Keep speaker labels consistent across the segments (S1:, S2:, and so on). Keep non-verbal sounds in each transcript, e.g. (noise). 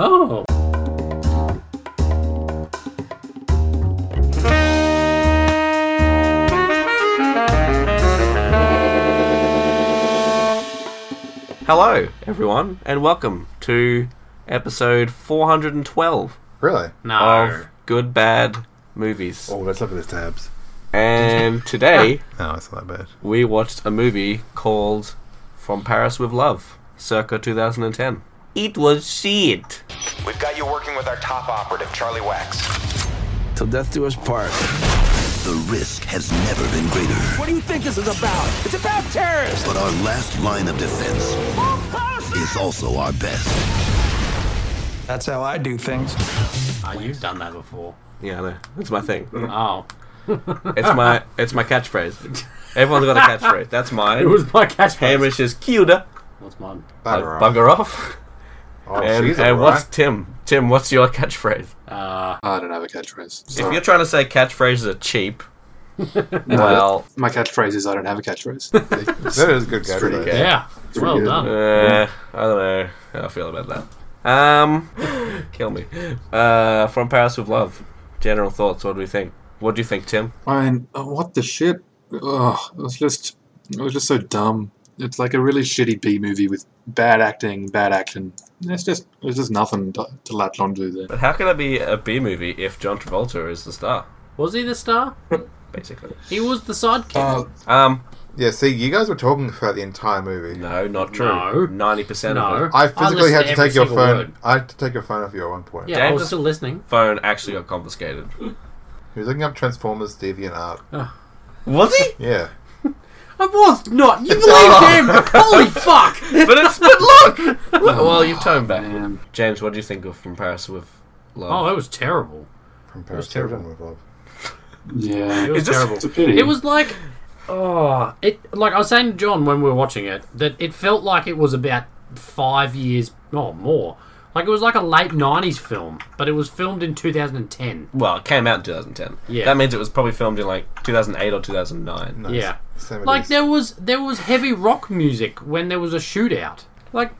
S1: Oh. Hello, everyone, and welcome to episode 412
S2: Really?
S1: of Good Bad Movies.
S2: Oh, let's look at his tabs.
S1: And today
S2: No, it's not that bad.
S1: we watched a movie called From Paris with Love, circa 2010. It was shit.
S3: We've got you working with our top operative, Charlie Wax.
S4: Till death do us part.
S5: The risk has never been greater,
S4: What do you think this is about? It's about terrorists!
S5: but our last line of defense is also our best.
S4: That's how I do things.
S6: Oh, you've done that before.
S1: Yeah, I know. That's my thing.
S6: (laughs) Oh,
S1: It's my it's my catchphrase. Everyone's got a catchphrase. That's mine.
S6: it was my catchphrase.
S1: Hamish is cuter.
S6: What's mine?
S1: Bugger, off.
S2: Oh,
S1: And,
S2: she's
S1: and
S2: alright.
S1: what's Tim? Tim, what's your catchphrase?
S6: Uh,
S7: I don't have a catchphrase.
S1: If
S7: Sorry.
S1: you're trying to say catchphrases
S6: (laughs)
S1: are cheap,
S7: No,
S1: well,
S7: my catchphrase is I don't have
S2: (laughs)
S7: a catchphrase.
S2: That is a good guy.
S7: pretty
S2: though.
S7: good.
S6: yeah. Well
S2: good.
S6: done.
S1: uh, I don't know how I feel about that. Um, (laughs) kill me. Uh, from Paris with Love. General thoughts. What do we think? What do you think, Tim?
S7: I mean, oh, what the shit? Ugh, it was just, it was just so dumb. It's like a really shitty B movie with bad acting, bad action. It's just, there's just nothing to, to latch onto there.
S1: But how can it be a B movie if John Travolta is the star?
S6: Was he the star?
S1: Basically.
S6: He was the sidekick.
S7: Uh,
S1: Um,
S2: Yeah, see, you guys were talking throughout the entire movie.
S1: no, not
S6: No.
S1: true. Ninety percent
S6: No.
S1: of it.
S2: I
S6: listened
S2: physically had to
S6: every
S2: take your
S6: single
S2: phone.
S6: word.
S2: I had to take your phone off you at one point.
S6: Yeah, I
S1: Dan
S6: was
S1: just-
S6: still listening.
S1: phone actually got confiscated.
S2: He was looking up Transformers Deviant Art.
S6: Oh.
S1: Was he?
S2: Yeah.
S6: I was not. (laughs) You believed him. Holy fuck.
S1: but it's but look. (laughs) Look, well, you've turned back.
S7: and
S1: James, what do you think of from Paris with
S6: (laughs) Oh,
S1: love?
S6: that was terrible.
S2: From Paris to
S6: terrible.
S2: Heaven with Love.
S7: yeah,
S6: It was
S1: Is this-
S6: terrible.
S7: it's a pity.
S6: It was like, oh, it like I was saying to John when we were watching it that it felt like it was about five years or more. Like it was like a late '90s film, but it was filmed in 2010.
S1: well, it came out in 2010.
S6: Yeah.
S1: That means it was probably filmed in like 2008 or 2009.
S2: Nice.
S6: Yeah.
S2: Same
S6: Like
S2: like
S6: there was there was heavy rock music when there was a shootout. Like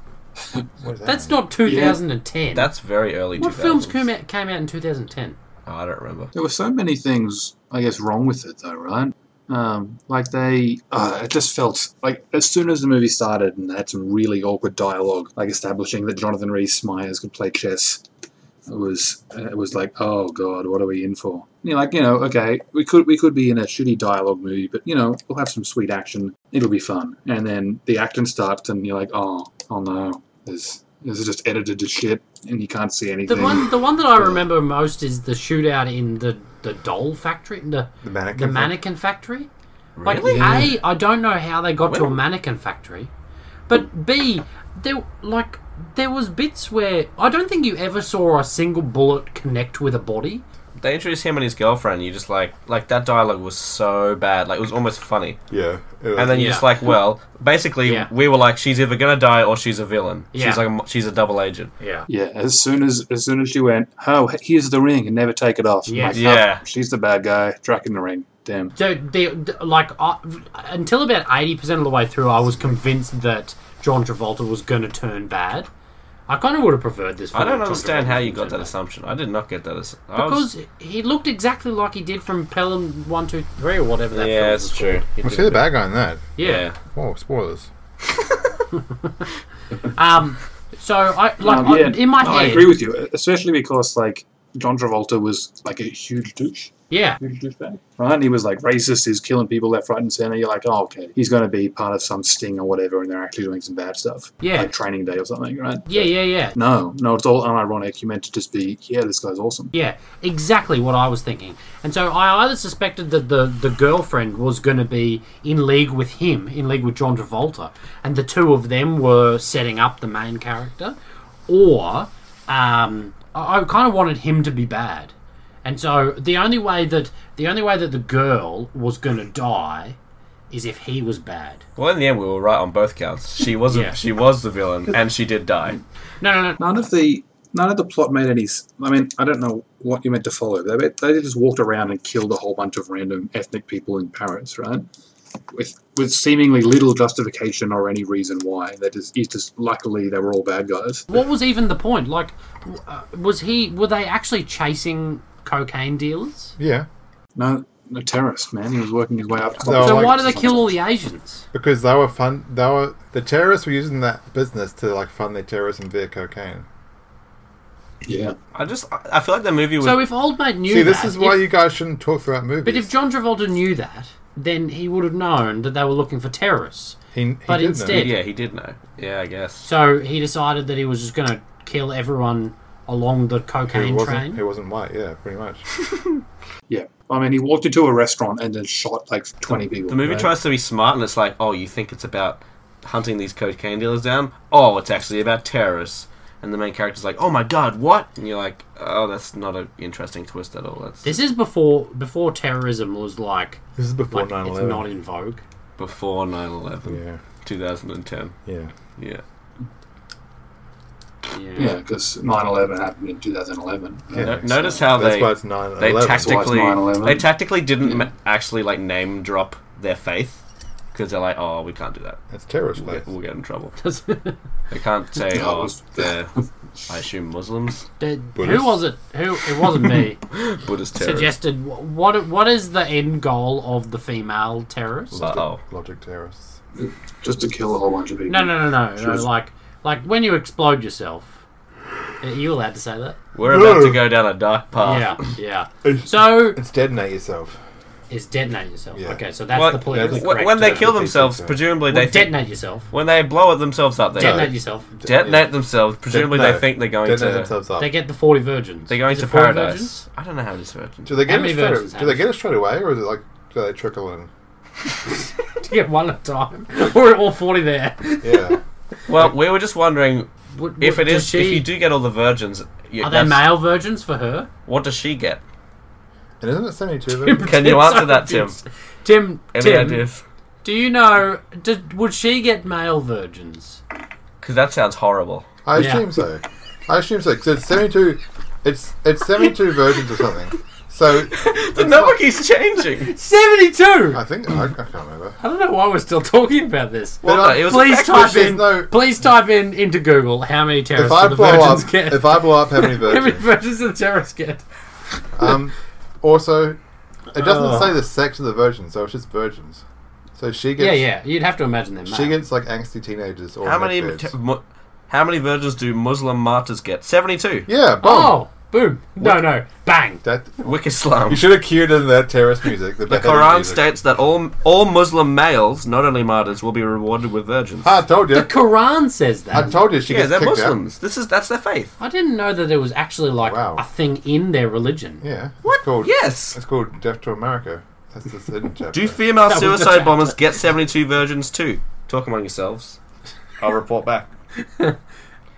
S6: that's not 2010.
S1: That's very early.
S6: what
S1: 2000s.
S6: films came out, came out in 2010?
S1: Oh, I don't remember.
S7: There were so many things, I guess, wrong with it though, right? Um, like they, uh, it just felt like as soon as the movie started and they had some really awkward dialogue, like establishing that Jonathan Rhys Meyers could play chess. It was, it was like, oh god, what are we in for? You know, like you know, okay, we could we could be in a shitty dialogue movie, but you know, we'll have some sweet action. It'll be fun. And then the action starts, and you're like, oh, oh no, this this is just edited to shit, and you can't see
S6: The
S7: anything.
S6: one the one that I remember most is the shootout in the the doll factory, the
S2: The mannequin.
S6: the
S2: thing.
S6: mannequin factory.
S1: Really?
S6: Like A, I don't know how they got to a
S1: When-
S6: mannequin factory, but B, there like there was bits where I don't think you ever saw a single bullet connect with a body.
S1: They introduced him and his girlfriend. You just like like that dialogue was so bad. Like it was almost funny.
S2: Yeah. it was-
S1: And then you're
S6: Yeah.
S1: just like, well, basically,
S6: Yeah.
S1: we were like, she's either gonna die or she's a villain.
S6: Yeah.
S1: She's like, a mo- she's a double agent.
S6: Yeah.
S7: Yeah, as soon as as soon as she went, oh, here's the ring and never take it off. I'm
S6: Yes.
S7: oh,
S1: Yeah.
S7: she's the bad guy. Drac in the ring. Damn.
S6: So they, th- like I, until about eighty percent of the way through, I was convinced that John Travolta was going to turn bad. I kind of would have preferred this.
S1: I
S6: film if
S1: don't
S6: John
S1: understand
S6: Travolta
S1: how you
S6: didn't
S1: got
S6: turn
S1: that
S6: bad.
S1: assumption. I did not get that assumption.
S6: Because he looked exactly like he did from Pelham One Two Three or whatever that film
S1: yeah,
S6: was
S1: it's true.
S6: called.
S1: He
S2: Well,
S1: did
S2: see the
S1: a bit-
S2: bad guy in that.
S6: Yeah.
S2: Oh, spoilers.
S6: Um. So I like
S7: Um,
S6: I-
S7: yeah,
S6: in my
S7: no,
S6: head.
S7: I agree with you, e, especially because like John Travolta was like a huge douche,
S6: yeah.
S7: huge douchebag, right? And he was like racist. He's killing people left, right, and center. You're like, oh, okay, he's going to be part of some sting or whatever, and they're actually doing some bad stuff,
S6: Yeah.
S7: like Training Day or something, right?
S6: Yeah. Yeah. Yeah.
S7: No, no, it's all unironic. You meant to just be, yeah, this guy's awesome.
S6: Yeah, exactly what I was thinking. And so I either suspected that the, the girlfriend was going to be in league with him, in league with John Travolta, and the two of them were setting up the main character, or um, I, I kind of wanted him to be bad. And so the only way that the only way that the girl was going to die is if he was bad.
S1: Well, in the end, we were right on both counts. She was
S6: Yeah.
S1: a, she was the villain, and she did die.
S6: No, no, no.
S7: None of the none of the plot made any. s- I mean, I don't know what you meant to follow. They they just walked around and killed a whole bunch of random ethnic people in Paris, right? with with seemingly little justification or any reason why. That is, it's just luckily they were all bad guys.
S6: What was even the point? Like, w- uh, was he? Were they actually chasing cocaine dealers?
S2: Yeah,
S7: No, no terrorist man. He was working his way up. To
S2: No,
S6: So
S2: like-
S6: why do they kill all the Asians?
S2: because they were fun. They were the terrorists were using that business to like fund their terrorism via cocaine.
S7: Yeah,
S1: I just I I feel like the movie was
S6: So if old mate knew
S2: See, this
S6: that,
S2: is why
S6: if-
S2: you guys shouldn't talk throughout movies.
S6: But if John Travolta knew that, then he would have known that they were looking for terrorists.
S2: he, he
S6: but
S2: did know.
S6: instead-
S1: yeah, he did know. Yeah, I guess.
S6: So he decided that he was just going to kill everyone along the
S2: he
S6: cocaine
S2: wasn't. He
S6: train.
S2: wasn't white. Yeah,
S6: (laughs)
S2: pretty much.
S7: yeah. I mean, he walked into a restaurant and then shot like twenty people.
S1: The movie
S7: right?
S1: tries to be smart, and it's like, oh, you think it's about hunting these cocaine dealers down? Oh, it's actually about terrorists. And the main character's like, oh my god, what? And you're like, oh, that's not an interesting twist at all. That's
S6: This is before before terrorism was like,
S2: This is before
S6: like
S2: nine
S6: it's
S2: eleven.
S6: not in vogue. (laughs)
S1: before 9 11,
S2: yeah,
S1: 2010.
S2: yeah.
S1: Yeah.
S7: Yeah, because 9-11 happened in 2011.
S2: Yeah.
S1: No- notice how
S2: That's
S1: they
S2: why it's nine.
S1: they
S2: 11.
S7: why it's
S1: tactically
S7: 9/11.
S1: they tactically didn't ma- actually like name drop their faith because they're like, oh, we can't do that.
S2: It's terrorist
S1: We'll
S2: place.
S1: get, we'll get in trouble. they can't say,
S7: Yeah, I
S1: oh,
S7: was-
S1: they're, I assume Muslims,
S6: The-
S2: Buddhist.
S6: who was it? Who it wasn't
S2: (laughs)
S6: me.
S1: Buddhist terrorists.
S6: suggested wh- what what is the end goal of the female terrorist?
S1: Uh oh.
S2: Logic terrorists.
S7: Just to kill a whole bunch of people.
S6: No, no, no, no. no
S7: was-
S6: like like when you explode yourself. Are you allowed to say that?
S1: We're about to go down a dark
S2: Oh.
S1: path.
S6: Yeah, yeah. So
S2: It's detonate yourself.
S6: it's detonate yourself.
S2: Yeah.
S6: Okay, so that's
S1: Well,
S6: the politically
S2: that's-
S1: Wh-
S6: correct.
S1: when they
S6: term.
S1: kill
S2: Detonate
S1: themselves,
S2: yourself.
S1: presumably
S6: Well,
S1: they think,
S6: detonate yourself.
S1: when they blow it themselves up, they
S6: Detonate yourself.
S1: detonate
S2: Yeah.
S1: themselves. Presumably
S2: No,
S1: they think they're going
S2: detonate
S1: to
S2: themselves up.
S6: They get the forty virgins.
S1: they're going
S6: Is
S1: to
S6: it 40
S1: paradise.
S6: virgins?
S1: I don't know how this virgin.
S2: do they
S6: How
S2: get
S6: many
S2: it straight?
S6: versions
S2: Do they
S6: have?
S2: get it straight away, or is it like do they
S6: (laughs)
S2: trickle in?
S6: You get one at a time, (laughs) or all forty there.
S2: Yeah.
S1: Well, we were just wondering
S6: What-
S1: if
S6: what
S1: it
S6: does
S1: is
S6: she-
S1: if you do get all the virgins. You,
S6: are there
S1: that's-
S6: male virgins for her?
S1: What does
S6: (laughs)
S1: she get?
S2: and isn't
S1: (laughs)
S2: it seventy-two? versions?
S1: Can you
S6: It's
S1: answer that, Tim?
S6: obvious. Tim,
S1: Any
S6: Tim,
S1: ideas?
S6: do you know? Did, would she get male virgins?
S1: Because that sounds horrible.
S2: I
S6: Yeah.
S2: assume so. I assume so. 'cause it's seventy-two. It's it's seventy-two versions or something. So
S1: The number keeps (laughs) changing.
S6: Seventy-two.
S2: I think I, I can't remember.
S6: I don't know why we're still talking about this.
S2: But
S1: Well,
S2: I-
S1: it was
S6: please
S1: back-
S6: type
S2: there's
S6: in.
S2: no-
S6: Please type in into Google how many terrorists
S2: if I
S6: do the
S2: blow
S6: virgins
S2: up,
S6: get.
S2: if I blow up, how many
S6: (laughs) how many
S2: versions?
S6: virgins do the terrorists get?
S2: um, also, it doesn't
S1: Oh.
S2: say the sex of the virgins, so it's just virgins. So she gets
S6: Yeah, yeah. You'd have to imagine them.
S2: she gets like angsty teenagers or
S1: How many?
S2: neckbeards.
S1: te- mu- how many virgins do Muslim martyrs get? Seventy-two.
S2: yeah, boom.
S6: Oh, boom! No, no, bang!
S2: That
S1: Wick Islam.
S2: you should have cued in that terrorist music. The,
S1: The
S2: beheading
S1: Quran
S2: music.
S1: states that all all Muslim males, not only martyrs, will be rewarded with virgins.
S2: Ah, I told you.
S6: The Quran says that.
S2: I told you she
S1: yeah,
S2: gets
S1: they're
S2: kicked
S1: Muslims. This is that's their faith.
S6: I didn't know that it was actually like
S2: Wow.
S6: a thing in their religion.
S2: out. Yeah. What? Called,
S1: Yes.
S2: It's called Death to America. That's the second chapter.
S1: Do female
S6: That was the
S1: suicide
S6: chapter.
S1: bombers get seventy-two virgins too? Talk among yourselves. I'll report back.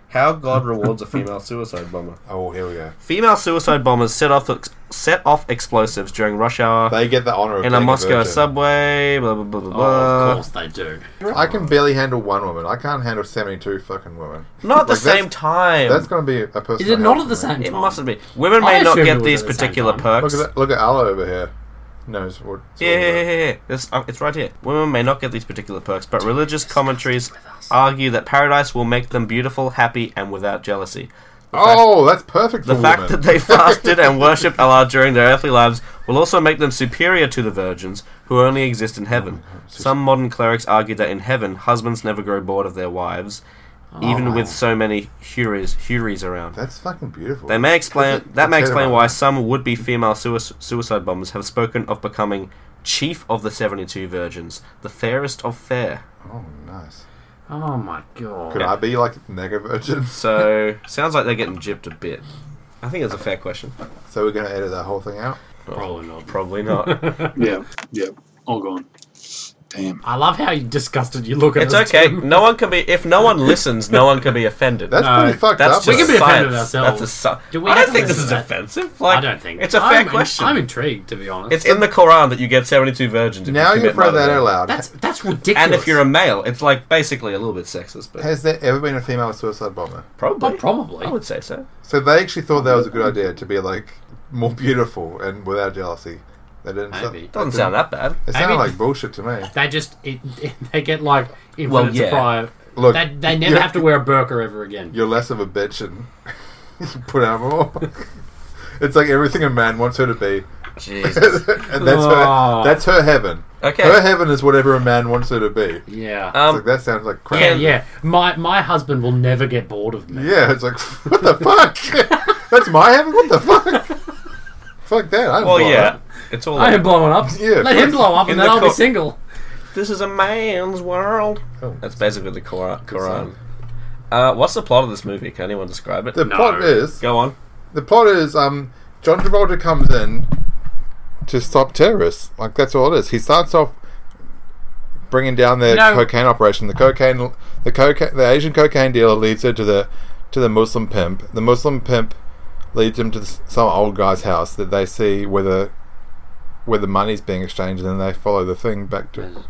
S1: How God rewards a female suicide bomber.
S2: oh, here we go.
S1: Female suicide bombers set off ex- set off explosives during rush hour
S2: They get the honor of
S1: in a
S2: being
S1: Moscow
S2: virgin.
S1: subway. Blah blah blah blah.
S6: Oh,
S2: Uh,
S1: blah.
S6: of course they do.
S2: I can barely handle one woman. I can't handle seventy-two fucking women.
S1: Not at the
S2: Like, that's-
S1: same time.
S2: That's going to be a person.
S6: Is it not at the same
S1: it
S6: time?
S1: mustn't be. Women
S6: I
S1: may not
S6: assumed it
S1: get
S6: was
S1: these
S6: at the same
S1: particular
S6: time.
S1: perks.
S2: Look at that, look at Allah over here. Knows what. it's all
S1: Yeah, yeah,
S2: about.
S1: yeah, yeah. This, uh, it's right here. Women may not get these particular perks, but religious commentaries argue that paradise will make them beautiful, happy, and without jealousy.
S2: Oh, that's perfect for
S1: The fact that
S2: women.
S1: they fasted and worshipped Allah during their earthly lives will also make them superior to the virgins who only exist in heaven. Some modern clerics argue that in heaven, husbands never grow bored of their wives, even with so many huries, huries around.
S2: That's fucking beautiful.
S1: They may explain that may
S2: it's
S1: explain
S2: terrible.
S1: why some would-be female sui- suicide bombers have spoken of becoming chief of the seventy-two virgins, the fairest of fair.
S2: oh, nice.
S6: Oh my god.
S2: Could I be like mega virgins?
S1: So sounds like they're getting gypped a bit. I think it's a fair question.
S2: (laughs) So we're going to edit that whole thing out.
S6: Probably not.
S1: Probably
S2: (laughs)
S1: not.
S7: Yeah, yeah. All gone. Damn.
S6: I love how disgusted you look at
S1: it's
S6: us,
S1: okay.
S6: Tim.
S1: No one can be. If no one listens, no one can be offended.
S2: That's
S6: No,
S2: pretty fucked
S1: That's
S2: up.
S1: just
S6: We can be
S2: though.
S6: offended
S1: science.
S6: ourselves.
S1: That's a sci-
S6: Do we
S1: I
S6: have
S1: don't
S6: to
S1: think this
S6: listen
S1: is
S6: to that?
S1: offensive. Like,
S6: I don't think
S1: it's a fair
S6: I'm, in-
S1: question.
S6: I'm intrigued, to be honest.
S1: it's in the Quran that you get seventy-two virgins. if
S2: Now you've
S1: commit
S2: read that
S1: murder.
S2: out loud.
S6: that's that's ridiculous.
S1: And if you're a male, it's like basically a little bit sexist, but
S2: Has there ever been a female suicide
S1: Oh,
S2: bomber?
S1: probably,
S6: Well, probably.
S1: I would say so.
S6: Mm.
S2: So they actually thought that was a good idea to be like more beautiful and without jealousy. They didn't.
S6: Maybe.
S2: Sound,
S1: Doesn't sound that (laughs) bad.
S2: it sounded
S6: Maybe-
S2: like bullshit to me.
S6: They just it, they get like infinite
S1: Well, yeah.
S6: supply.
S2: Look,
S6: they, they never
S2: you're-
S6: have to wear a burqa ever again.
S2: You're less of a bitch and (laughs) you put out more.
S1: (laughs)
S2: it's like everything a man wants her to be,
S1: Jesus.
S2: and that's her.
S6: Oh.
S2: That's her heaven.
S1: Okay.
S2: Her heaven is whatever a man wants her to be.
S6: Yeah.
S2: It's like
S1: Um,
S2: that sounds like crap.
S6: yeah, yeah. My my husband will never get bored of me.
S2: Yeah, it's like (laughs) what the fuck? That's my heaven. What the fuck? (laughs) fuck that.
S1: (laughs)
S2: I'm
S1: well,
S2: blind.
S1: yeah. It's all.
S6: I am blowing up.
S2: Yeah,
S6: Let him blow up
S1: In
S6: and then
S1: the
S6: I'll be
S1: co-
S6: single.
S1: This is a man's world.
S2: Oh.
S1: That's basically the Quran. Quran.
S2: song.
S1: Uh, what's the plot of this movie? Can anyone describe it?
S2: The plot is
S1: Go on.
S2: the plot is um John Travolta comes in to stop terrorists. Like that's all it is. He starts off bringing down their
S6: No.
S2: cocaine operation. The cocaine, the cocaine, the Asian cocaine dealer leads her to the to the Muslim pimp. The Muslim pimp leads him to s- some old guy's house that they see where the where the money's being exchanged, and then they follow the thing back to.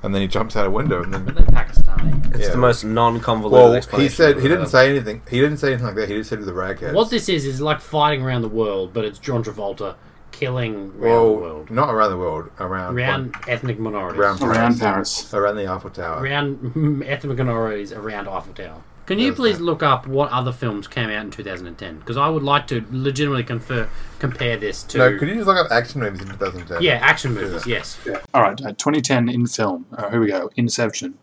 S2: And then he jumps out a window, and then
S6: Pakistani.
S1: It's
S2: Yeah.
S1: the most non-convoluted
S2: well, he
S1: explanation
S2: said
S1: I've
S2: he didn't
S1: heard.
S2: say anything. He didn't say anything like that. He just said to the raghead.
S6: What this is is like fighting around the world, but it's John Travolta killing around the
S2: Well,
S6: world,
S2: not around the world, around
S6: around ethnic minorities,
S2: Around-
S7: Around Paris.
S2: around the Eiffel Tower.
S6: around (laughs) ethnic minorities around Eiffel Tower. Can you please look up what other films came out in 2010? Because I would like to legitimately confer, compare this to
S2: No, could you just look up action movies in 2010?
S6: yeah action movies. Yes,
S7: All right, uh, 2010 in film. Uh, here we go. Inception,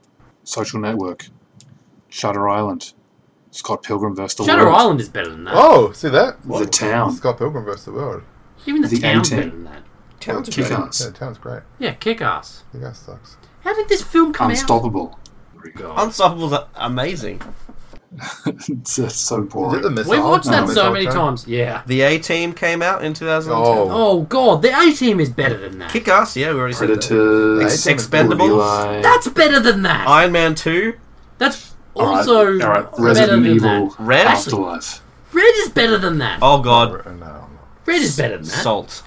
S7: Social Network, Shutter Island, Scott Pilgrim vs. the
S6: Shutter
S7: World,
S6: Island is better than that.
S2: Oh, see that?
S7: The Town,
S2: Scott Pilgrim versus the World.
S6: Even the,
S7: The
S6: town's
S7: Ant-Man.
S6: better than that.
S1: Town's
S7: Kick
S1: great.
S7: Ass,
S2: Yeah, town's great.
S6: Yeah, kick ass.
S2: The guy sucks.
S6: How did this film come out?
S7: Unstoppable. (laughs)
S1: Unsufferable's a- amazing.
S7: It's uh, so
S2: Is it the
S7: boring.
S2: missile?
S6: We've watched that so
S2: No, missile
S6: many
S2: train?
S6: times. Yeah.
S1: The A Team came out in 2010.
S2: Oh,
S6: Oh god, the A Team is better than that.
S1: Kick ass, yeah, we already said that.
S7: Predators,
S1: Ex- Expendables.
S7: Eli.
S6: That's better than that.
S1: Iron Man 2.
S6: That's
S7: All right,
S6: also
S7: all right,
S6: better
S7: Resident
S6: than
S7: Evil,
S6: that.
S1: Red?
S7: Afterlife.
S6: Red is better than that.
S1: Oh, God.
S2: no, no.
S6: Red is better than that.
S1: Salt.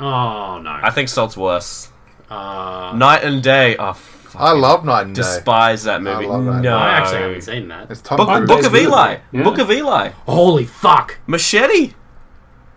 S6: Oh no.
S1: I think Salt's worse.
S6: Uh,
S1: Night and Day. Oh, fuck.
S2: I love Night and Day.
S1: Despise that movie.
S2: love that.
S1: No.
S6: I actually haven't seen that.
S2: It's Tom
S1: Book,
S2: Cruise.
S1: Book of
S7: Yeah.
S1: Eli.
S7: Yeah.
S1: Book of Eli.
S6: Holy fuck.
S1: Machete.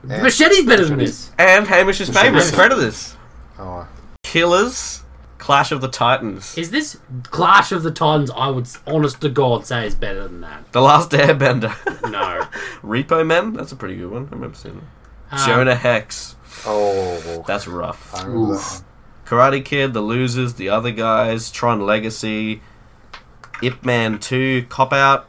S2: Yeah.
S6: Machete's better than this.
S1: And Hamish's favorite, Predators.
S2: Oh,
S1: Killers. Clash of the Titans.
S6: Is this Clash of the Titans? I would, s- honest to God, say is better than that.
S1: The Last Airbender. (laughs)
S6: No.
S1: Repo Men. That's a pretty good one. I remember seeing it.
S6: Um,
S1: Jonah Hex.
S2: oh.
S1: That's rough.
S2: I remember that one.
S1: Karate Kid, The Losers, The Other Guys, Tron Legacy, Ip Man 2, Cop Out,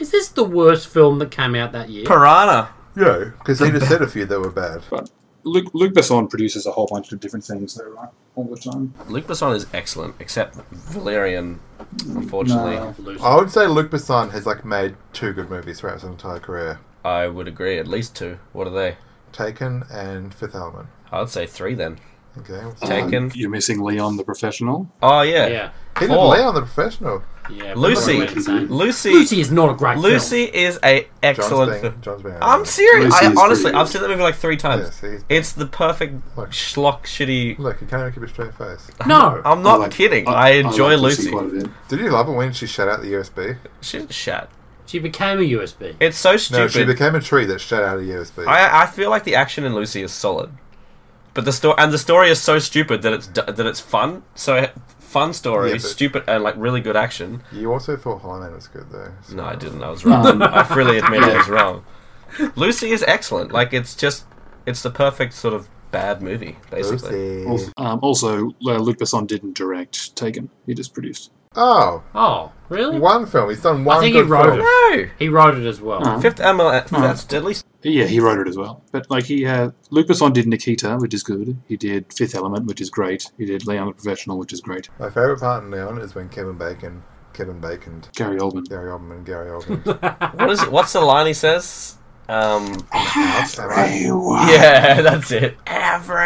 S6: Is this the worst film that came out that year?
S1: Piranha.
S2: Yeah, because he just said a few that were bad.
S7: But Luke, Luke Besson produces a whole bunch of different things, though, right? All the time.
S1: Luc Besson is excellent, except Valerian, unfortunately.
S6: Lucifer.
S2: I would say Luc Besson has like made two good movies throughout his entire career:
S1: I would agree, at least two. What are they?
S2: Taken and Fifth Element.
S1: I'd say three then.
S2: Okay,
S1: Taken.
S7: You're missing Leon the Professional.
S1: Oh, yeah.
S6: Yeah.
S2: he did
S1: Four.
S2: Leon the Professional.
S6: Yeah.
S1: Lucy.
S6: but that's what I'm saying.
S1: Lucy.
S6: Lucy is not a great film.
S1: Lucy is a
S2: John's
S1: excellent
S2: being,
S1: film.
S2: John's being.
S1: I'm serious.
S7: Lucy
S1: I,
S7: is
S1: honestly,
S7: pretty
S1: I've
S7: good.
S1: seen that movie like three
S2: Yeah,
S1: times.
S2: see,
S1: It's the perfect
S2: Look.
S1: schlock shitty.
S2: look, he can't even keep a straight face.
S6: No.
S1: I'm not
S7: I like-
S1: kidding. I, enjoy
S7: like
S1: Lucy.
S7: quite a bit.
S2: Did you love it when she shut out the USB?
S1: She's shat.
S6: She became a USB.
S1: It's so
S2: No,
S1: stupid.
S2: she became a tree that shut out a USB.
S1: I I feel like the action in Lucy is solid, but the story and the story is so stupid that it's d- that it's fun. So fun story,
S2: Yeah, but-
S1: stupid and like really good action.
S2: you also thought Hollow Man was good though. So-
S1: No, I didn't. I was wrong. I freely admit I was wrong. Lucy is excellent. Like it's just it's the perfect sort of bad movie, basically.
S2: Lucy.
S7: Um, also, uh, Luc Besson didn't direct Taken. He just produced.
S2: Oh,
S6: Oh, really?
S2: one film. He's done one
S6: I think he
S2: good
S6: wrote
S2: film.
S6: it.
S1: No,
S6: He wrote it as well.
S1: fifth ML. That's at least
S7: Yeah, he wrote it as well. But like he, uh, Luc Besson did Nikita, which is good. He did Fifth Element, which is great. He did Leon the Professional, which is great.
S2: My favorite part in Leon is when Kevin Bacon, Kevin Bacon,
S7: Gary Oldman.
S2: Gary Oldman, Gary Oldman.
S1: what is it? What's the line he says? Um,
S2: Am
S1: (laughs)
S2: I-
S1: yeah, that's it.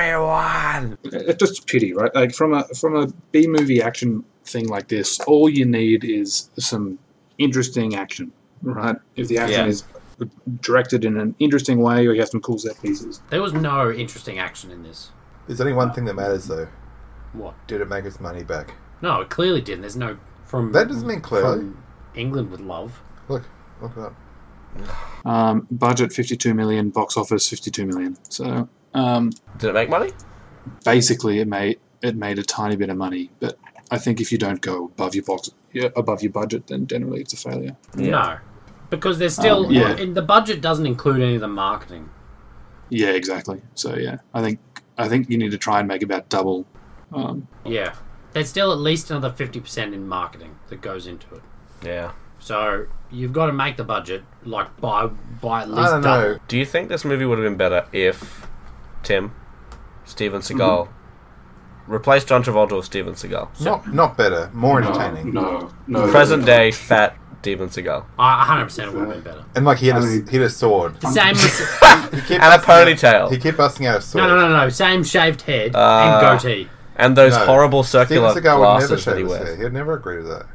S1: Everyone.
S7: It's just a pity, right? Like from a from a B movie action thing like this, all you need is some interesting action, right? If the action
S1: Yeah.
S7: is directed in an interesting way, or you have some cool set pieces.
S6: There was no interesting action in this.
S2: There's only one thing that matters though.
S6: What?
S2: Did it make its money back?
S6: No, it clearly didn't. There's no from
S2: That doesn't mean clearly.
S6: from England with love.
S2: Look, look it up.
S7: Um, budget fifty two million, box office fifty two million. So um,
S1: Did it make money?
S7: basically it made it made a tiny bit of money, but I think if you don't go above your box yeah, above your budget, then generally it's a failure.
S6: No, because there's still
S1: Oh,
S7: Um, yeah.
S6: and the budget doesn't include any of the marketing.
S7: Yeah, exactly. So yeah, I think I think you need to try and make about double. Um,
S6: Yeah, there's still at least another fifty percent in marketing that goes into it.
S1: Yeah.
S6: So you've got to make the budget like by by at least
S2: I don't
S6: double.
S2: know.
S1: Do you think this movie would have been better if Tim, Steven Seagal, replaced John Travolta with Steven Seagal?
S2: Not, not better, more entertaining.
S7: no, no.
S1: Present day fat Steven Seagal. (laughs)
S6: I hundred percent would have been better.
S2: And like he had, a, he had a sword.
S6: The same, as-
S2: He kept
S1: And a
S2: busting out-
S1: ponytail.
S2: He kept busting out a sword.
S6: no, no, no, no, same shaved head
S1: Uh,
S6: and goatee.
S1: And those
S2: No.
S1: horrible circular
S2: Steven Seagal would never
S1: glasses
S2: shave
S1: that he
S2: his hair.
S1: wears.
S2: He'd never agree to that.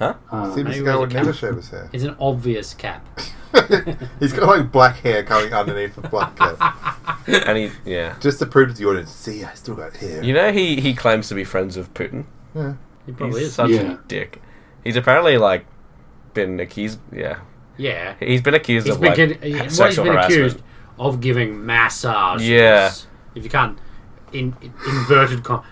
S7: Uh,
S2: Steven
S6: maybe
S2: Seagal
S6: wear
S2: would
S6: the
S2: never
S6: cap.
S2: shave his hair.
S6: It's an obvious cap.
S2: (laughs) He's got like black hair coming underneath the black (laughs) cap,
S1: And he, yeah.
S2: just to prove to the audience, see, I still got hair.
S1: You know, he, he claims to be friends with Putin.
S6: It probably
S1: He's
S6: is.
S1: such
S7: Yeah.
S1: a dick. He's apparently, like, been accused. Yeah.
S6: Yeah,
S1: He's been accused
S6: he's
S1: of,
S6: been,
S1: like,
S6: kid- he- well, he's
S1: sexual
S6: been
S1: harassment.
S6: accused of giving massages.
S1: Yeah.
S6: if you can't in, in- inverted com-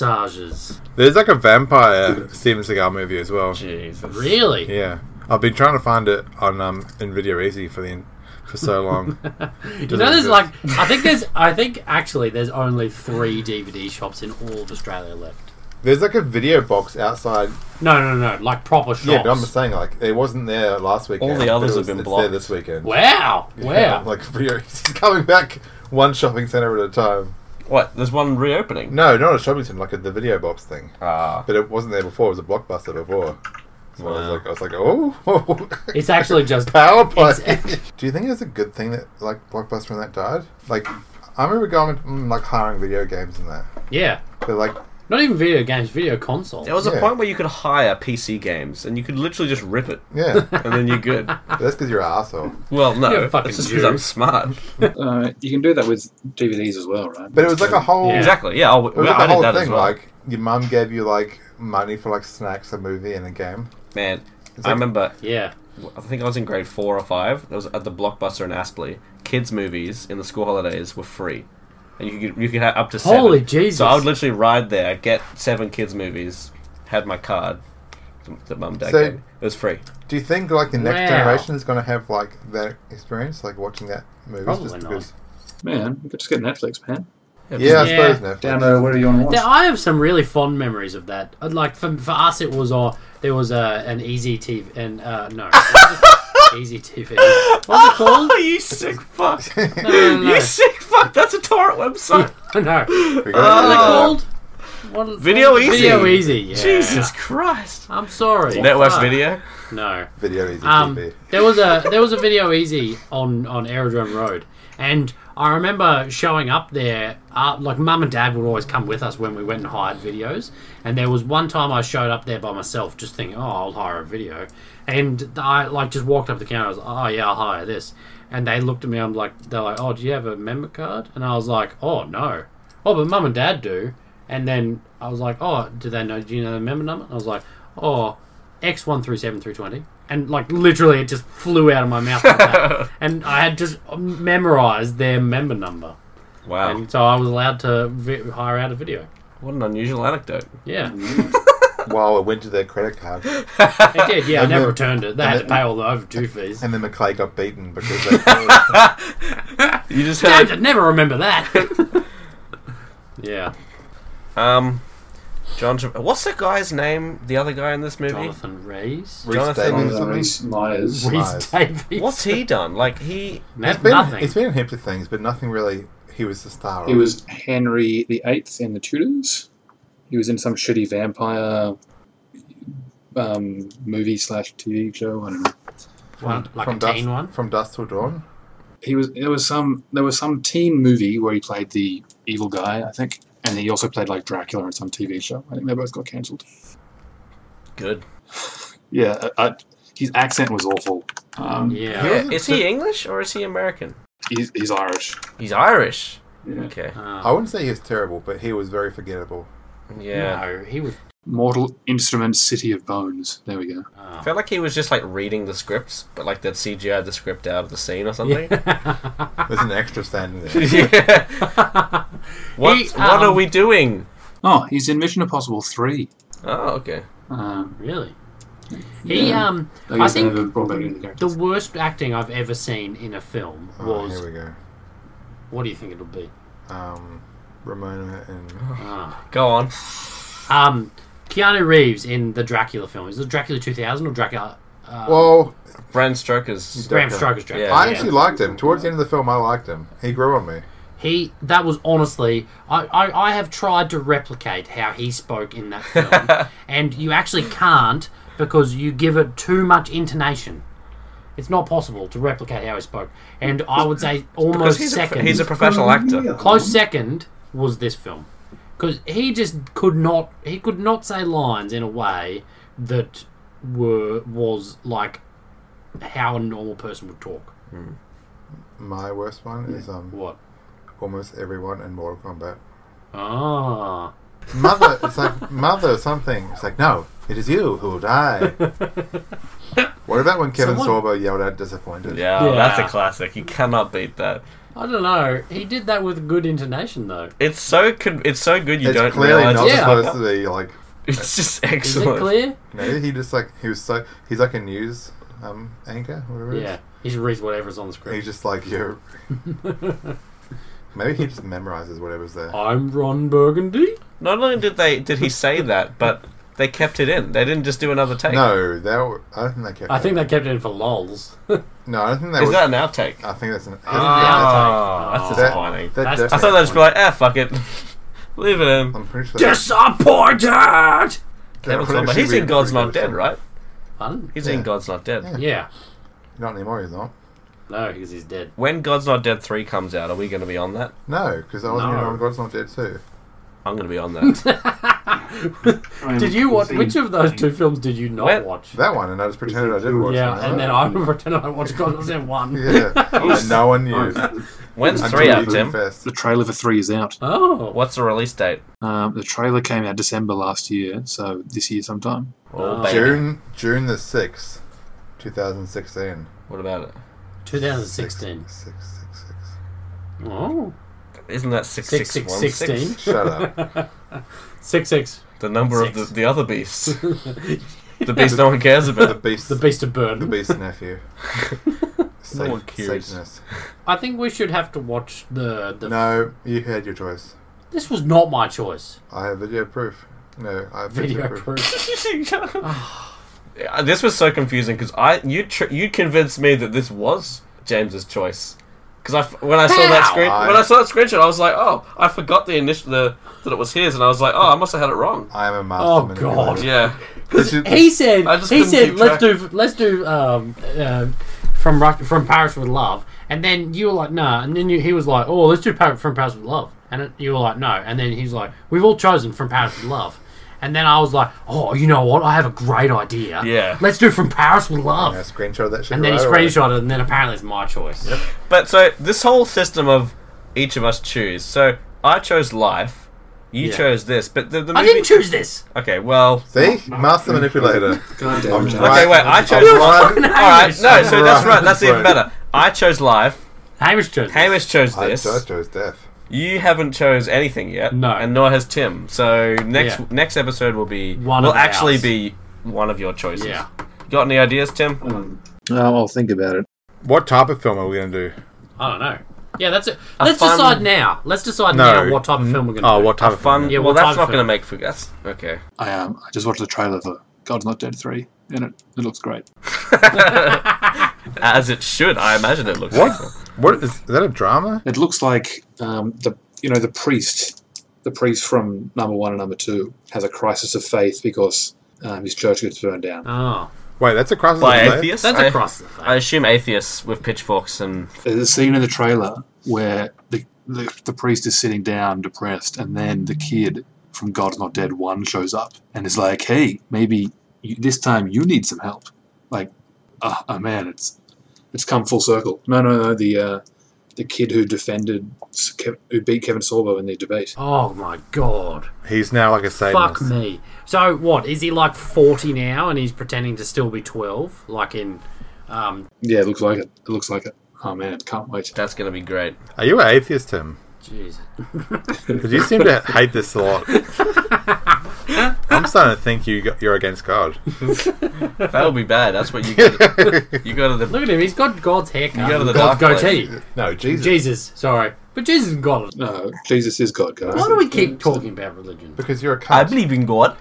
S6: massages.
S2: There's like a vampire Steven Seagal movie as well.
S1: Jesus.
S6: Really?
S2: Yeah, I've been trying to find it on um, Nvidia Easy for the for so
S1: (laughs)
S2: long.
S6: You know, there's like I think there's I think actually there's only three DVD shops in all of Australia left.
S2: There's like a video box outside.
S6: No, no, no, like proper shops.
S2: Yeah, but I'm just saying, like it wasn't there last weekend.
S1: All the others have
S2: but it was-
S1: been
S2: it's
S1: blocked.
S2: there this weekend.
S6: wow, wow.
S2: (laughs) like video, he's coming back one shopping center at a time.
S1: What? There's one reopening.
S2: No, not a shopping center, like at the video box thing.
S1: Ah.
S2: But it wasn't there before. It was a blockbuster before. So I was like, I was like, oh, (laughs)
S6: it's actually
S1: (laughs)
S6: just
S2: power play.
S6: It's-
S2: Do you think it's a good thing that like blockbuster and that died? Like, I remember going mm, like hiring video games and that.
S6: yeah.
S2: But like,
S6: Not even video games, video console.
S1: There was a
S2: Yeah.
S1: point where you could hire PC games and you could literally just rip it (laughs)
S2: yeah,
S1: and then you're
S6: (laughs)
S1: good.
S2: that's because you're an asshole.
S1: Well, no,
S6: You're a fucking
S1: it's just because I'm
S6: Jew.
S1: smart.
S7: uh, you can do that with DVDs as well, right?
S2: But it was like a
S6: (laughs)
S2: whole,
S6: Yeah.
S1: Exactly. Yeah, oh,
S2: it was
S1: well, I
S2: like a
S1: did
S2: whole
S1: that as
S2: thing.
S1: well.
S2: Like, your mum gave you like money for like snacks, a movie, and a game.
S1: Man, I
S2: like-
S1: remember.
S6: yeah.
S1: I think I was in grade four or five. It was at the Blockbuster in Aspley. Kids' movies in the school holidays were free, and you could you could have up to seven.
S6: Holy Jesus.
S1: So I would literally ride there, get seven kids' movies, had my card that mum and dad
S2: So-
S1: gave. me. It was free.
S2: Do you think like the next
S6: Wow.
S2: generation is going to have like that experience, like watching that movie?
S6: Probably
S2: just
S6: not.
S2: because,
S7: man, you could just get Netflix, man.
S2: yeah,
S6: Yeah.
S2: I suppose Netflix.
S7: Download whatever you want to
S6: Now,
S7: watch.
S6: I have some really fond memories of that. Uh, Like for, for us, it was uh, there was uh, an easy TV and uh, no,
S1: (laughs)
S6: easy TV. What's it called?
S1: Oh, you sick fuck!
S6: No, no, no,
S1: (laughs) you sick fuck! That's a torrent (laughs) website.
S6: (laughs) no. no. What's
S2: We gotta do
S6: it
S2: that.
S6: called? What-
S1: Uh, Video
S6: what-
S1: Easy.
S6: Video easy. Yeah.
S1: Jesus Christ!
S6: I'm sorry.
S1: Network
S6: Fuck.
S1: Video.
S6: No.
S2: video easy
S6: Um,
S2: TV.
S6: there was a there was a video easy on on Aerodrome Road, and I remember showing up there. Uh, like mum and dad would always come with us when we went and hired videos. And there was one time I showed up there by myself, just thinking, "Oh, I'll hire a video," and I like just walked up to the counter. I was like, "Oh yeah, I'll hire this," and they looked at me. I'm like, "They're like, oh, do you have a member card?" And I was like, "Oh no." Oh, but mum and dad do. And then I was like, oh, do they know? Do you know the member number? And I was like, oh, X one three seven three twenty. And like literally, it just flew out of my mouth. Like that. and I had just memorized their member number,
S1: Wow.
S6: and so I was allowed to vi- hire out a video.
S1: What an unusual anecdote.
S6: Yeah,
S2: While it went to their credit
S6: (laughs)
S2: card,
S6: I did. Yeah, I
S2: And
S6: never
S2: the-
S6: returned it. They
S2: and
S6: had
S2: the-
S6: to pay all the overdue fees.
S2: and then Maclay got beaten because
S6: (laughs)
S2: they
S1: You just
S6: Damn, I'd
S1: heard
S6: never remember
S2: (laughs)
S6: that. yeah,
S1: um, John. Tra- What's the guy's name? The other guy in this movie?
S6: Jonathan Rhys,
S1: Jonathan-
S2: Jonathan
S7: Jonathan Rhys Myers.
S6: Rhys
S2: Myers.
S6: Davies.
S1: What's he done? Like he
S6: That's
S2: Been-
S6: nothing.
S2: It's been in heaps of things, but nothing really. He was the star.
S7: He
S2: of.
S7: was Henry the Eighth in the Tudors. He was in some shitty vampire um, movie slash TV show. I don't know.
S6: One- like a
S2: Dust-
S6: teen one.
S2: From Dust Till Dawn.
S7: He was. There was some. There was some teen movie where he played the evil guy, I think, and he also played like Dracula in some TV show. I think they both got cancelled.
S1: good.
S7: Yeah, I, I, his accent was awful. Um,
S6: Yeah.
S2: Yeah.
S1: Is he English or is he American?
S7: he's, he's Irish.
S1: He's Irish.
S7: Yeah.
S1: Okay.
S6: Oh.
S2: I wouldn't say he was terrible, but he was very forgettable.
S1: Yeah.
S6: No, he was
S7: Mortal Instruments City of Bones. There we go.
S1: Felt like he was just like reading the scripts, but like they'd CGI the script out of the scene or something. (laughs) Yeah.
S2: There's an extra
S6: (laughs)
S2: standing there.
S1: (laughs) What
S6: He,
S1: What are
S6: um,
S1: we doing?
S7: Oh, he's in Mission Impossible 3.
S1: Oh, okay.
S7: Um,
S6: Really? He
S7: Yeah.
S6: um
S7: I
S6: I,
S7: guess they
S6: think
S7: never brought back any of the characters.
S6: the worst acting I've ever seen in a film
S2: Oh,
S6: was
S2: here we go.
S6: what do you think it'll be?
S2: Um, Ramona and
S6: Uh,
S1: Go on.
S6: Um Keanu Reeves in the Dracula film. Is it Dracula 2000 or Dracula uh,
S2: well,
S1: Bram Stoker's.
S6: Bram
S2: Dracula.
S6: Stoker's Dracula?
S1: Yeah.
S2: I
S6: yeah.
S2: actually liked him. Towards the end of the film, I liked him. He grew on me.
S6: He that was honestly I, I, I have tried to replicate how he spoke in that
S2: (laughs)
S6: film and you actually can't because you give it too much intonation. It's not possible to replicate how he spoke. And I would say
S1: Because
S6: almost
S1: he's a,
S6: second
S1: he's a professional actor.
S6: close second was this film because he just could not he could not say lines in a way that were was like how a normal person would talk
S2: My worst one is um
S6: what
S2: almost everyone in Mortal Kombat.
S6: ah
S2: Mother, it's like mother something. It's like no, it is you who
S6: (laughs)
S2: will die. what about when Kevin
S6: Someone-
S2: Sorbo yelled out disappointed?
S1: Yeah,
S6: Yeah.
S1: that's a classic. You cannot beat that.
S6: i don't know he did that with good intonation though
S1: It's so con- it's so good you
S2: it's
S1: don't
S2: clearly
S1: realize.
S2: not
S1: it's
S6: Yeah.
S2: supposed
S1: fucked up.
S2: to be like.
S1: It's just
S6: is it
S1: excellent.
S6: clear
S2: No, he just like he was so he's like a news um anchor whatever. It is.
S6: yeah he just reads whatever's on the
S2: He's
S6: screen
S2: just like
S6: (laughs)
S2: you're. Maybe he just memorizes whatever's there.
S1: Oh,
S6: i'm ron burgundy
S1: Not only did they did he say that, but they kept it in. They didn't just do another take.
S2: No, that w- I don't think they kept.
S6: i think
S2: that.
S6: they kept it in for lols
S2: No, I don't think that
S1: Is
S2: was.
S1: that an outtake?
S2: I think that's an.
S1: Oh,
S6: outtake.
S1: that's
S6: Oh.
S1: disappointing.
S2: that
S6: That's-
S1: I
S2: definitely-
S1: thought they'd just be like, ah, fuck it, (laughs) leave it in.
S2: I'm pretty sure.
S6: disappointed
S2: that
S1: Kevin
S2: would
S1: Sorbo.
S2: actually
S1: He's
S2: be a
S1: in God's
S2: pretty
S1: Not
S2: good
S1: Dead,
S2: song.
S1: right?
S6: Pardon?
S1: He's
S2: Yeah.
S1: in God's Not Dead.
S6: yeah
S2: Not anymore, he's not.
S6: no because he's dead
S1: When God's Not Dead three comes out, are we going to be on that?
S2: No, because I wasn't
S6: No.
S2: even on God's Not Dead too.
S1: I'm going to be
S6: (laughs)
S1: on that.
S6: Did you watch which of those two films did you not
S1: Well,
S6: watch?
S2: That one, and I just pretended I did watch
S6: yeah,
S2: it.
S6: and then I (laughs) pretended I watched God was in one.
S2: Yeah, and no one knew.
S1: When's
S2: Until
S1: three
S2: you
S1: out, Tim?
S2: confessed.
S7: The trailer for 3 is out.
S6: Oh,
S1: What's the release date?
S7: Um, the trailer came out December last year, so this year sometime.
S1: Oh,
S6: Oh.
S1: baby.
S2: June, June the sixth, two thousand sixteen.
S1: What about it?
S6: 2016.
S2: Six, six, six.
S6: Oh,
S1: Isn't that six six one six?
S6: 6616.
S2: Shut up.
S6: 66.
S1: The number of
S6: Six.
S1: the, the
S6: (laughs)
S1: other beasts. the beast no one cares
S2: the
S1: about.
S2: beast.
S6: The Beast of Burden.
S2: The beast's
S6: (laughs)
S2: nephew. Sa-
S1: No one cares.
S2: Satanist.
S6: I think we should have to watch the. the
S2: No, you had your choice.
S6: This was not my choice.
S2: I have video proof. No, I have video,
S6: Video
S2: proof.
S6: proof.
S1: Yeah, Ah. this was so confusing because I you tr- you convinced me that this was James's choice. Because I f- when I saw that
S6: How?
S1: screen when I saw that screenshot, I was like, oh, I forgot the initial the that it was his, and I was like, oh, I must have had it wrong.
S2: I am a master.
S6: Oh,
S2: manipulator.
S6: God.
S1: Yeah,
S2: This is-
S6: He said.
S1: I just
S6: He
S1: couldn't
S6: said.
S1: keep
S6: Let's do. Let's do. Um, uh, from Ru- from Paris with love, and then you were like, nah, and then you, he was like, oh, let's do Par- from Paris with love, and it, you were like, no, and then he's like, we've all chosen from Paris with love, and then I was like, oh, you know what? I have a great idea.
S1: Yeah.
S6: let's do from Paris with love.
S2: I screenshot that shit.
S6: And then he
S2: right away.
S6: screenshot it, and then apparently it's my choice.
S1: but so this whole system of each of us choose. So I chose life, you
S6: Yeah.
S1: chose this, but the, the movie.
S6: I didn't choose this.
S1: Okay, well,
S2: See, master manipulator.
S7: God damn
S2: I'm
S7: it.
S2: right.
S1: okay, wait, I
S2: I'm
S1: chose. All
S2: right.
S1: right, no, so that's
S2: Right.
S1: right. That's even
S2: Right.
S1: better. I chose life.
S6: Hamish chose. This.
S1: Hamish chose
S2: I, I
S1: this.
S2: chose death.
S1: You haven't chose anything yet,
S6: No.
S1: and nor has Tim. So next
S6: Yeah.
S1: next episode will be
S6: One
S1: will
S6: of
S1: actually
S6: ours.
S1: be one of your choices.
S6: Yeah.
S1: Got any ideas,
S2: Oh,
S1: Tim?
S7: Um, I'll think about it.
S2: What type of film are we gonna do?
S6: I don't know. Yeah, that's it. Let's
S1: fun-
S6: decide now. Let's decide
S2: No.
S6: now what type of film we're going to
S2: Oh,
S6: do.
S2: what type of
S1: Fun.
S6: Yeah, what
S1: well,
S6: type
S1: that's
S6: of
S1: not going to
S6: film?
S1: make for that's okay.
S7: I um, I just watched the trailer for God's Not Dead 3, and it, it looks great.
S1: As it should, I imagine it looks.
S2: What?
S1: Like.
S2: What is, is that? A drama?
S7: It looks like um, the you know the priest, the priest from number one and number two has a crisis of faith because um, his church gets burned down.
S6: Oh,
S2: Wait, that's a crisis.
S1: By
S2: of faith?
S1: atheists,
S6: that's
S1: I,
S6: across the
S1: I
S6: face.
S1: assume atheists with pitchforks and
S7: There's a scene in the trailer where the, the the priest is sitting down, depressed, and then the kid from God's Not Dead one shows up and is like, "Hey, maybe you, this time you need some ah, help." Like, oh, oh man, it's it's come full circle. No, no, no. The uh, the kid who defended who beat Kevin Sorbo in the debate.
S6: Oh my god.
S2: He's now like a
S6: Fuck
S2: Satanist.
S6: me. So what? Is he like 40 now and he's pretending to still be 12? Like in. Um,
S7: Yeah, it looks like it. It looks like it. Oh man, can't wait.
S1: That's going to be great.
S2: Are you an atheist, Tim?
S6: jeez.
S2: Because you seem to hate this a
S6: (laughs)
S2: lot. I'm starting to think you got, you're against God.
S1: That'll be bad. That's
S2: (laughs)
S1: what you get. you go to the
S6: Look at him. He's got God's haircut.
S1: You go to the
S6: God's
S1: dark
S6: goatee.
S2: No, Jesus.
S6: Jesus. Sorry. But Jesus is God.
S7: No, Jesus is God, guys.
S6: Why do we keep talking about religion?
S2: Because you're a cunt.
S1: I believe in God.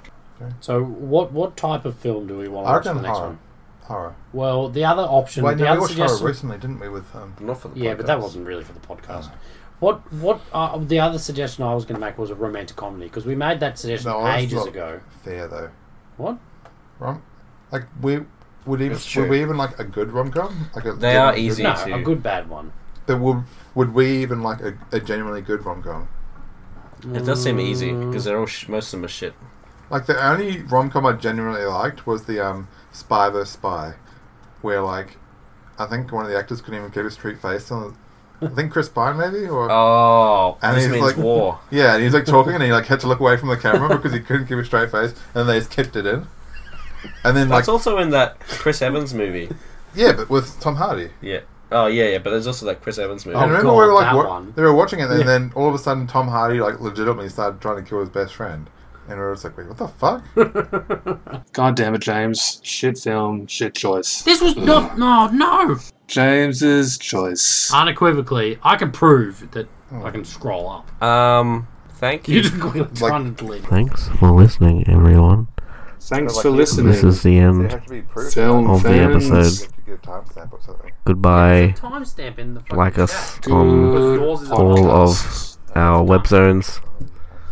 S6: So what what type of film do we want to watch for
S2: reckon
S6: the next
S2: horror.
S6: one?
S2: Horror.
S6: Well, the other option,
S2: Wait,
S6: the
S2: no, we
S6: other
S2: watched horror
S6: suggestion,
S2: recently, didn't we? With um,
S1: Not for the
S6: yeah, but that wasn't really for the podcast. What what uh, the other suggestion I was going to make was a romantic comedy because we made that suggestion
S2: No, I was
S6: ages
S2: not-
S6: ago.
S2: Fair though.
S6: What?
S2: Rom, like we would even
S1: It's
S2: would
S1: true.
S2: we even like a good rom com? Like a
S1: They
S2: genuinely
S1: are
S2: good-
S1: easy. Me
S6: no,
S1: too.
S6: a good bad one.
S2: But would would we even like a, a genuinely good rom com?
S1: It does seem easy because they're all sh- most of them are shit.
S2: Like the only rom com I genuinely liked was the um Spy vs Spy, where like I think one of the actors couldn't even keep his straight face on. I think Chris Pine maybe or
S1: Oh,
S2: And
S1: this
S2: he's
S1: means
S2: like- (laughs)
S1: war.
S2: yeah, and he's like talking and he like had to look away from the camera because he couldn't keep a straight face, and they just kept it in. And then like
S1: That's also in that Chris Evans movie.
S2: yeah, but with Tom Hardy.
S1: Yeah. Oh yeah, yeah. But there's also that Chris Evans movie.
S2: I remember
S6: Oh, God,
S2: we were like
S6: that
S2: wa-
S6: one.
S2: they were watching it, and then all of a sudden Tom Hardy like legitimately started trying to kill his best friend, and we were just like, wait, what the fuck?
S7: God damn it, James. Shit film, shit choice.
S6: This was not no no.
S7: James's choice.
S2: Ah.
S6: Unequivocally, I can prove that I can scroll up.
S2: Oh.
S1: Um, thank
S6: You're
S1: you.
S6: just going to try and delete. it.
S8: Thanks for listening, everyone.
S7: Thanks
S2: Like,
S7: for
S2: you-
S7: listening.
S8: This is the end.
S2: to be proof
S7: Film
S8: Of the
S7: fans.
S8: episode.
S2: Get a timestamp or something.
S8: Goodbye.
S6: Timestamp in the fucking
S8: Like
S6: chat.
S8: us on
S7: Good
S6: Yours is
S8: all
S7: podcasts.
S8: of our web zones.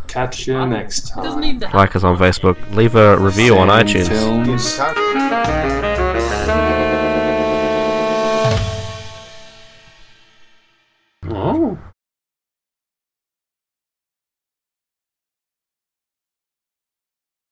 S7: Catch you next
S6: It
S7: time.
S6: doesn't even have
S8: Like us on
S6: to be-
S8: Facebook. Leave a review on
S7: Same
S8: iTunes.
S7: films.
S2: Time-